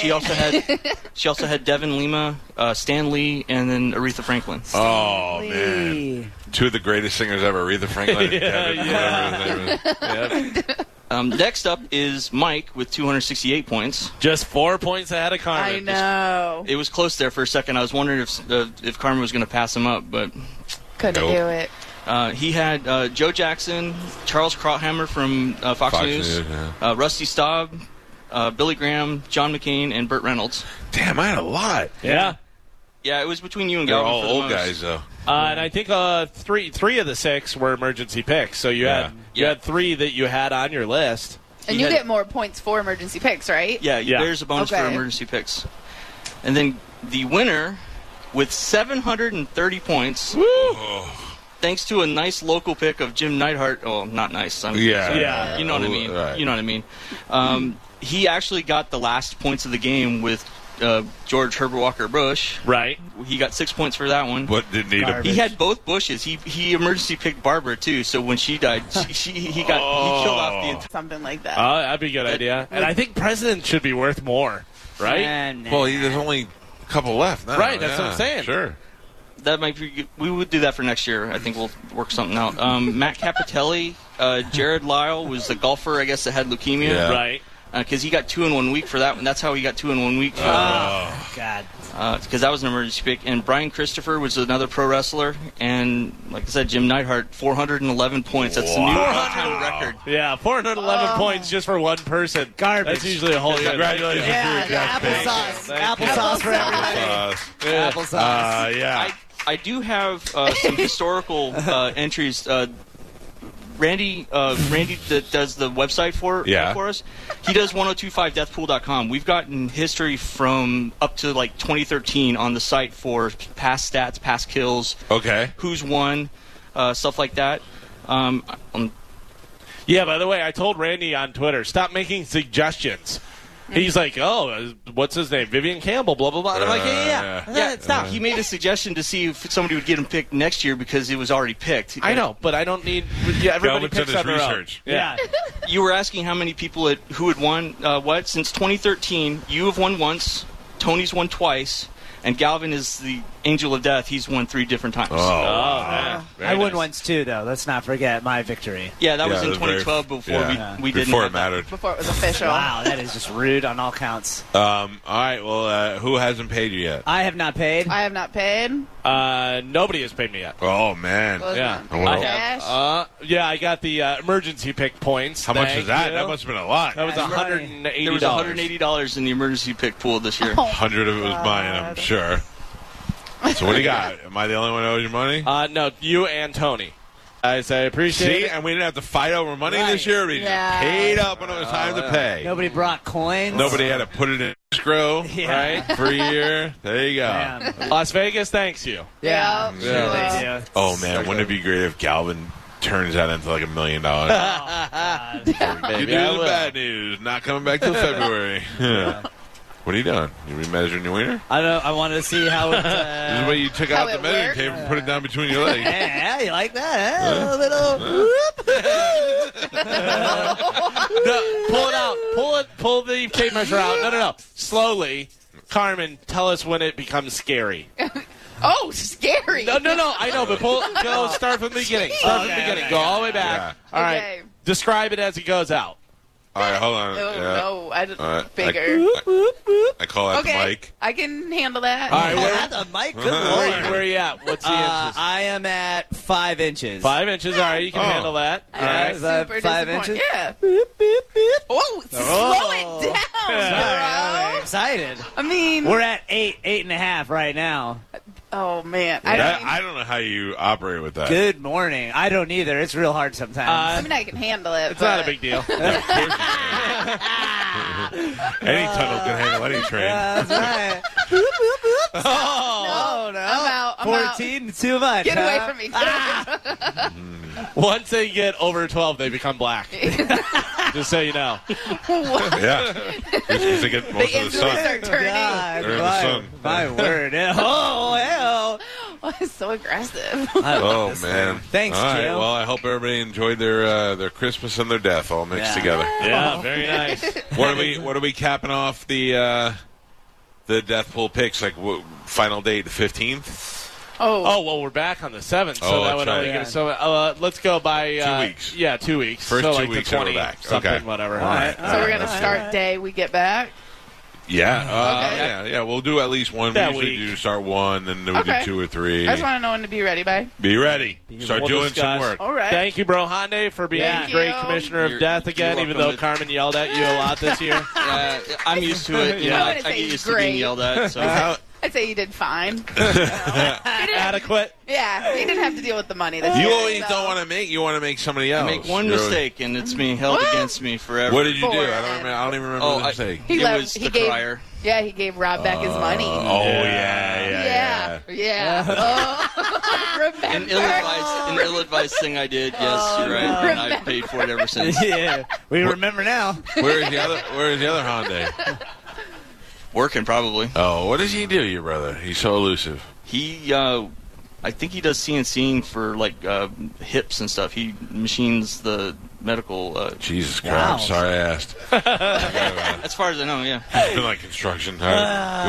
[SPEAKER 7] She also had she also had Devin Lima, uh, Stan Lee, and then Aretha Franklin.
[SPEAKER 1] Oh, man. Two of the greatest singers ever, Aretha Franklin and Devin, whatever his name is.
[SPEAKER 7] Um, next up is Mike with 268 points.
[SPEAKER 2] Just four points ahead of Carmen.
[SPEAKER 3] I know.
[SPEAKER 7] It was close there for a second. I was wondering if uh, if Carmen was going to pass him up, but
[SPEAKER 3] Couldn't
[SPEAKER 1] Nope.
[SPEAKER 3] do it.
[SPEAKER 7] uh, he had uh, Joe Jackson, Charles Krauthammer from uh, Fox,
[SPEAKER 1] Fox
[SPEAKER 7] News,
[SPEAKER 1] News, yeah.
[SPEAKER 7] uh, Rusty Staub, uh, Billy Graham, John McCain, and Burt Reynolds.
[SPEAKER 1] Damn, I had a lot.
[SPEAKER 2] Yeah.
[SPEAKER 7] Yeah, it was between you and
[SPEAKER 1] They're
[SPEAKER 7] Galvin.
[SPEAKER 1] all
[SPEAKER 7] for the
[SPEAKER 1] old
[SPEAKER 7] most.
[SPEAKER 1] guys, though.
[SPEAKER 2] Uh, and I think uh, three three of the six were emergency picks. So you
[SPEAKER 1] Yeah.
[SPEAKER 2] had you
[SPEAKER 7] Yeah.
[SPEAKER 2] had three that you had on your list.
[SPEAKER 3] And
[SPEAKER 7] He
[SPEAKER 3] you
[SPEAKER 7] had-
[SPEAKER 3] get more points for emergency picks, right?
[SPEAKER 7] Yeah,
[SPEAKER 2] Yeah.
[SPEAKER 7] there's a bonus for
[SPEAKER 3] Okay.
[SPEAKER 7] emergency picks. And then the winner with 730 points, thanks to a nice local pick of Jim Neidhart. Oh, not nice. I'm
[SPEAKER 1] Yeah.
[SPEAKER 7] sorry.
[SPEAKER 2] Yeah.
[SPEAKER 7] You know what I mean.
[SPEAKER 1] Right.
[SPEAKER 7] You know what I mean. Um, he actually got the last points of the game with uh, George Herbert Walker Bush.
[SPEAKER 2] Right.
[SPEAKER 7] He got six points for that one.
[SPEAKER 1] What didn't need a
[SPEAKER 7] He had both bushes. He he emergency picked Barbara too. So when she died, she, she he got he killed off the
[SPEAKER 1] Oh.
[SPEAKER 7] entire.
[SPEAKER 3] Something like that.
[SPEAKER 2] Uh, that'd be a good idea. And I think president should be worth more. Right.
[SPEAKER 4] Man,
[SPEAKER 1] Well, he, there's only a couple left. now.
[SPEAKER 2] Right, that's what I'm saying.
[SPEAKER 1] Sure.
[SPEAKER 7] That might be. good. We would do that for next year. I think we'll work something out. Um, Matt Capitelli, uh, Jared Lyle was the golfer, I guess, that had
[SPEAKER 1] Yeah.
[SPEAKER 7] leukemia.
[SPEAKER 2] Right.
[SPEAKER 7] Because he got two in one week for that one. That's how he got two in one week.
[SPEAKER 4] God.
[SPEAKER 7] Because that was an emergency pick. And Brian Christopher was another pro wrestler. And like I said, Jim Neidhart, 411 points. That's the new all-time record.
[SPEAKER 2] Yeah. 411 points just for one person.
[SPEAKER 4] Garbage.
[SPEAKER 2] That's usually a whole.
[SPEAKER 1] Congratulations
[SPEAKER 4] Yeah,
[SPEAKER 1] to you, Jeff Bezos.
[SPEAKER 4] applesauce.
[SPEAKER 2] Thank you.
[SPEAKER 4] Applesauce for everybody.
[SPEAKER 1] Applesauce.
[SPEAKER 4] Applesauce.
[SPEAKER 1] Uh, yeah.
[SPEAKER 7] I, I do have uh, some historical uh, entries. Uh, Randy, uh, Randy that does the website for
[SPEAKER 1] Yeah.
[SPEAKER 7] for us. He does 1025deathpool.com. We've gotten history from up to like 2013 on the site for past stats, past kills,
[SPEAKER 1] Okay.
[SPEAKER 7] who's won, uh, stuff like that. Um, um,
[SPEAKER 2] Yeah, by the way, I told Randy on Twitter, stop making suggestions. He's like, oh, uh, what's his name? Vivian Campbell, blah, blah, blah. And I'm like, yeah, yeah.
[SPEAKER 7] yeah, stop. He made a suggestion to see if somebody would get him picked next year because it was already picked.
[SPEAKER 2] I know, but I don't need. Yeah, everybody
[SPEAKER 1] Galvin's done
[SPEAKER 2] picks
[SPEAKER 1] his
[SPEAKER 2] on their own.
[SPEAKER 1] research.
[SPEAKER 2] Yeah.
[SPEAKER 7] you were asking how many people had, who had won uh, what since 2013 you have won once tony's won twice and galvin is the angel of death he's won three different times
[SPEAKER 1] Oh.
[SPEAKER 4] I won once too, though. Let's not forget my victory.
[SPEAKER 7] yeah that
[SPEAKER 1] Yeah,
[SPEAKER 7] was in
[SPEAKER 1] it was very-
[SPEAKER 7] 2012 before
[SPEAKER 1] yeah.
[SPEAKER 7] we, we didn't
[SPEAKER 1] Before it
[SPEAKER 7] have that.
[SPEAKER 1] mattered.
[SPEAKER 3] before it was official.
[SPEAKER 4] Wow, that is just rude on all counts.
[SPEAKER 1] Um, all right. Well, uh, who hasn't paid you yet?
[SPEAKER 4] I have not paid.
[SPEAKER 3] I have not paid.
[SPEAKER 2] Uh, nobody has paid me yet.
[SPEAKER 1] Oh man.
[SPEAKER 3] Well,
[SPEAKER 2] Yeah.
[SPEAKER 3] it's
[SPEAKER 1] I
[SPEAKER 3] not
[SPEAKER 1] wonder-
[SPEAKER 3] cash.
[SPEAKER 2] Uh, yeah, I got the uh, emergency pick points.
[SPEAKER 1] How much
[SPEAKER 2] Thank
[SPEAKER 1] is that?
[SPEAKER 2] you.
[SPEAKER 1] That must have been a lot.
[SPEAKER 2] That was
[SPEAKER 4] That's right.
[SPEAKER 2] $180.
[SPEAKER 7] there was 180 dollars in the emergency pick pool this
[SPEAKER 3] Oh,
[SPEAKER 7] year
[SPEAKER 1] Hundred of it was mine. I'm sure. So what do you got? Am I the only one who owes you money?
[SPEAKER 2] Uh, no, you and Tony. I say appreciate
[SPEAKER 1] See,
[SPEAKER 2] it.
[SPEAKER 1] and we didn't have to fight over money this year. We just
[SPEAKER 3] Yeah.
[SPEAKER 1] paid up when it was time to pay.
[SPEAKER 4] Nobody brought coins.
[SPEAKER 1] Nobody had to put it in escrow
[SPEAKER 4] Yeah.
[SPEAKER 2] Right?
[SPEAKER 1] for a year. There you go.
[SPEAKER 4] Damn.
[SPEAKER 2] Las Vegas thanks you.
[SPEAKER 3] yeah.
[SPEAKER 1] Yeah.
[SPEAKER 3] sure.
[SPEAKER 4] They do.
[SPEAKER 1] Oh man, wouldn't it be great if Galvin turns that into like a million
[SPEAKER 3] Oh,
[SPEAKER 1] dollars? You
[SPEAKER 2] Maybe
[SPEAKER 1] do
[SPEAKER 2] I
[SPEAKER 1] the
[SPEAKER 2] will.
[SPEAKER 1] bad news. Not coming back till February. What are you doing? You remeasuring your wiener?
[SPEAKER 4] I don't. I wanted to see how it.
[SPEAKER 1] This
[SPEAKER 4] Uh,
[SPEAKER 1] is where you took
[SPEAKER 3] How
[SPEAKER 1] out the
[SPEAKER 3] it
[SPEAKER 1] measuring
[SPEAKER 3] works?
[SPEAKER 1] tape and put it down between your legs.
[SPEAKER 4] yeah, you like that? Huh? A little.
[SPEAKER 2] No, pull it out. Pull it. Pull the tape measure out. No, no, no. Slowly. Carmen, tell us when it becomes scary.
[SPEAKER 3] Oh, scary.
[SPEAKER 2] No, no, no. I know, but pull, go start from the beginning. Start from the
[SPEAKER 4] Okay,
[SPEAKER 2] beginning.
[SPEAKER 4] okay,
[SPEAKER 2] Go all the way back. All right.
[SPEAKER 3] Okay.
[SPEAKER 2] Describe it as it goes out.
[SPEAKER 1] All right, hold on.
[SPEAKER 3] Oh,
[SPEAKER 1] Uh, Yeah.
[SPEAKER 3] no. I didn't
[SPEAKER 1] All right.
[SPEAKER 3] figure.
[SPEAKER 1] I call out
[SPEAKER 3] okay.
[SPEAKER 1] the mic.
[SPEAKER 3] I can handle that.
[SPEAKER 2] All right. Where,
[SPEAKER 4] At the mic. Good
[SPEAKER 2] where,
[SPEAKER 4] lord.
[SPEAKER 2] you- where you at? What's the
[SPEAKER 4] Uh,
[SPEAKER 2] inches?
[SPEAKER 4] I am at five inches.
[SPEAKER 2] Five inches. All right. You can
[SPEAKER 1] Oh.
[SPEAKER 2] handle that. All
[SPEAKER 4] Yeah.
[SPEAKER 2] right.
[SPEAKER 4] Is that
[SPEAKER 3] Super
[SPEAKER 4] five
[SPEAKER 3] disappoint-
[SPEAKER 4] inches?
[SPEAKER 3] Yeah.
[SPEAKER 4] Boop, boop, boop.
[SPEAKER 3] Oh, slow it down,
[SPEAKER 4] Sorry, I'm
[SPEAKER 3] bro.
[SPEAKER 4] excited.
[SPEAKER 3] I mean,
[SPEAKER 4] We're at eight, eight and a half right now.
[SPEAKER 3] oh man. I,
[SPEAKER 1] That-
[SPEAKER 3] mean,
[SPEAKER 1] I
[SPEAKER 3] I,
[SPEAKER 1] don't know how you operate with that.
[SPEAKER 4] Good morning. I don't either. It's real hard sometimes.
[SPEAKER 3] mean, I can handle it.
[SPEAKER 2] It's not a
[SPEAKER 3] but-
[SPEAKER 2] big deal.
[SPEAKER 1] Any tunnel can handle any train.
[SPEAKER 4] Uh, that's right. Boop, boop, boop.
[SPEAKER 2] Oh.
[SPEAKER 4] Oh no.
[SPEAKER 3] I'm out. I'm out.
[SPEAKER 4] 14, too much.
[SPEAKER 3] Get
[SPEAKER 4] huh?
[SPEAKER 3] away from me.
[SPEAKER 2] Once they get over 12, they become black. Just so you know.
[SPEAKER 1] Yeah. Just 'cause they get most of the
[SPEAKER 3] instantly
[SPEAKER 1] sun.
[SPEAKER 3] start turning.
[SPEAKER 4] Oh, God,
[SPEAKER 1] They're in the
[SPEAKER 4] my,
[SPEAKER 1] sun.
[SPEAKER 4] my word. Oh, hell.
[SPEAKER 3] Why is it so aggressive?
[SPEAKER 1] Oh man!
[SPEAKER 4] Thanks,
[SPEAKER 1] All right.
[SPEAKER 4] Joe.
[SPEAKER 1] Well, I hope everybody enjoyed their uh, their Christmas and their death all mixed
[SPEAKER 4] Yeah.
[SPEAKER 1] together.
[SPEAKER 2] Yeah, very nice.
[SPEAKER 1] What are we What are we capping off the uh, the death pool picks? Like wh- final date, the fifteenth.
[SPEAKER 3] Oh,
[SPEAKER 2] Oh well, we're back on the seventh, so
[SPEAKER 1] Oh,
[SPEAKER 2] that
[SPEAKER 1] that's
[SPEAKER 2] would only
[SPEAKER 1] right.
[SPEAKER 2] give us so. Uh, let's go by uh,
[SPEAKER 1] weeks.
[SPEAKER 2] Yeah, two weeks.
[SPEAKER 1] First
[SPEAKER 2] so
[SPEAKER 1] two
[SPEAKER 2] like
[SPEAKER 1] weeks
[SPEAKER 2] the
[SPEAKER 1] and we're
[SPEAKER 2] 20,
[SPEAKER 1] back.
[SPEAKER 2] Something,
[SPEAKER 1] Okay.
[SPEAKER 2] whatever.
[SPEAKER 1] All right.
[SPEAKER 3] so we're gonna
[SPEAKER 1] That's
[SPEAKER 3] start day we get back.
[SPEAKER 1] Yeah. Uh,
[SPEAKER 3] Okay.
[SPEAKER 1] Yeah. Yeah. We'll do at least one.
[SPEAKER 2] That
[SPEAKER 1] we usually
[SPEAKER 2] week.
[SPEAKER 1] do start one, then we
[SPEAKER 3] Okay.
[SPEAKER 1] do two or three.
[SPEAKER 3] I just want to know when to be ready by.
[SPEAKER 1] Be ready. Start
[SPEAKER 2] We'll
[SPEAKER 1] doing some
[SPEAKER 2] discuss.
[SPEAKER 1] work.
[SPEAKER 3] All right.
[SPEAKER 2] Thank you, Bro Hyundai, for being
[SPEAKER 4] Thank
[SPEAKER 2] a great
[SPEAKER 3] you.
[SPEAKER 2] commissioner of
[SPEAKER 7] You're-
[SPEAKER 2] death again,
[SPEAKER 7] you're
[SPEAKER 2] even though
[SPEAKER 7] welcome.
[SPEAKER 2] Carmen yelled at you a lot this year.
[SPEAKER 7] uh, i'm used to it you
[SPEAKER 2] Yeah.
[SPEAKER 7] know,
[SPEAKER 3] I
[SPEAKER 7] I,
[SPEAKER 3] wouldn't
[SPEAKER 7] I
[SPEAKER 3] say
[SPEAKER 7] get used to
[SPEAKER 3] great.
[SPEAKER 7] being yelled at so
[SPEAKER 1] How-
[SPEAKER 3] I'd say you did fine. You didn't-
[SPEAKER 2] Adequate.
[SPEAKER 3] Yeah, you didn't have to deal with the money. This
[SPEAKER 1] You
[SPEAKER 3] year,
[SPEAKER 1] always
[SPEAKER 3] so.
[SPEAKER 1] don't want to make. You want to make somebody
[SPEAKER 7] i
[SPEAKER 1] else.
[SPEAKER 7] make one
[SPEAKER 1] You're-
[SPEAKER 7] mistake and it's being held
[SPEAKER 3] What?
[SPEAKER 7] against me forever
[SPEAKER 1] What did you do?
[SPEAKER 3] Four.
[SPEAKER 1] I don't. Remember, I don't even remember
[SPEAKER 7] oh
[SPEAKER 1] the
[SPEAKER 7] I,
[SPEAKER 1] mistake.
[SPEAKER 3] He
[SPEAKER 7] it
[SPEAKER 3] left-
[SPEAKER 7] was
[SPEAKER 3] he
[SPEAKER 7] the
[SPEAKER 3] gave-
[SPEAKER 7] crier
[SPEAKER 3] Yeah, he gave Rob back his money.
[SPEAKER 1] Oh yeah. Yeah.
[SPEAKER 3] yeah, yeah. Oh, remember?
[SPEAKER 7] an ill-advised, an ill-advised thing I did. Yes,
[SPEAKER 3] Oh,
[SPEAKER 7] you're right, and I've paid for it ever since.
[SPEAKER 4] yeah. We remember now.
[SPEAKER 1] Where is the other? Where is the other Hyundai?
[SPEAKER 7] Working probably.
[SPEAKER 1] Oh, what does he do, your brother? He's so elusive.
[SPEAKER 7] He, uh, I think he does CNCing for like uh, hips and stuff. He machines the medical. Uh,
[SPEAKER 1] Jesus Christ!
[SPEAKER 4] Wow.
[SPEAKER 1] I'm Sorry, I asked.
[SPEAKER 7] as far as I know, yeah.
[SPEAKER 1] It's been like construction. All right,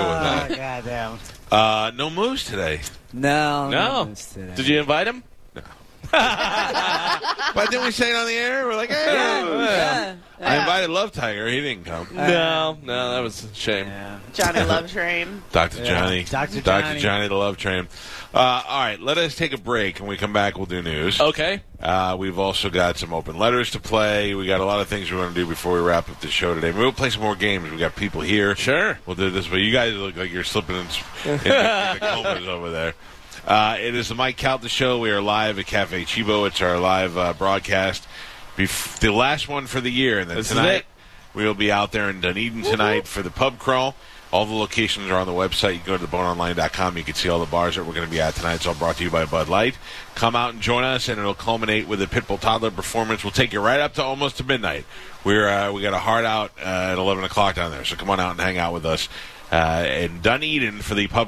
[SPEAKER 1] go with
[SPEAKER 4] Oh, goddamn.
[SPEAKER 1] that.
[SPEAKER 4] Ah.
[SPEAKER 1] Uh, no moves today,
[SPEAKER 4] No.
[SPEAKER 2] No. Did you invite him?
[SPEAKER 1] but didn't we say it on the air? We're like, hey,
[SPEAKER 4] Yeah. Uh,
[SPEAKER 1] I invited Love Tiger. He didn't come.
[SPEAKER 3] Uh,
[SPEAKER 2] no, no, that was a shame.
[SPEAKER 4] Yeah.
[SPEAKER 3] Johnny Love Train.
[SPEAKER 1] Dr. Johnny.
[SPEAKER 4] Dr. Johnny.
[SPEAKER 1] the Love Train. Uh, all right, let us take a break. When we come back, we'll do news.
[SPEAKER 2] Okay.
[SPEAKER 1] Uh, we've also got some open letters to play. We got a lot of things we want to do before we wrap up the show today. Maybe we'll play some more games. We got people here.
[SPEAKER 2] Sure.
[SPEAKER 1] We'll do it this way. You guys look like you're slipping in, in the, in the comas over there. Uh, it is the Mike Calta Show. We are live at Cafe Chibo. It's our live uh, broadcast, Bef- the last one for the year. And then
[SPEAKER 2] This is
[SPEAKER 1] tonight,
[SPEAKER 2] it.
[SPEAKER 1] we will be out there in Dunedin tonight for the pub crawl. All the locations are on the website. You can go to theboneonline.com. You can see all the bars that we're going to be at tonight. It's all brought to you by Bud Light. Come out and join us, and it'll culminate with a Pitbull Toddler performance. We'll take you right up to almost to midnight. We're uh, we got a hard out uh, at 11 o'clock down there, so come on out and hang out with us uh, in Dunedin for the pub.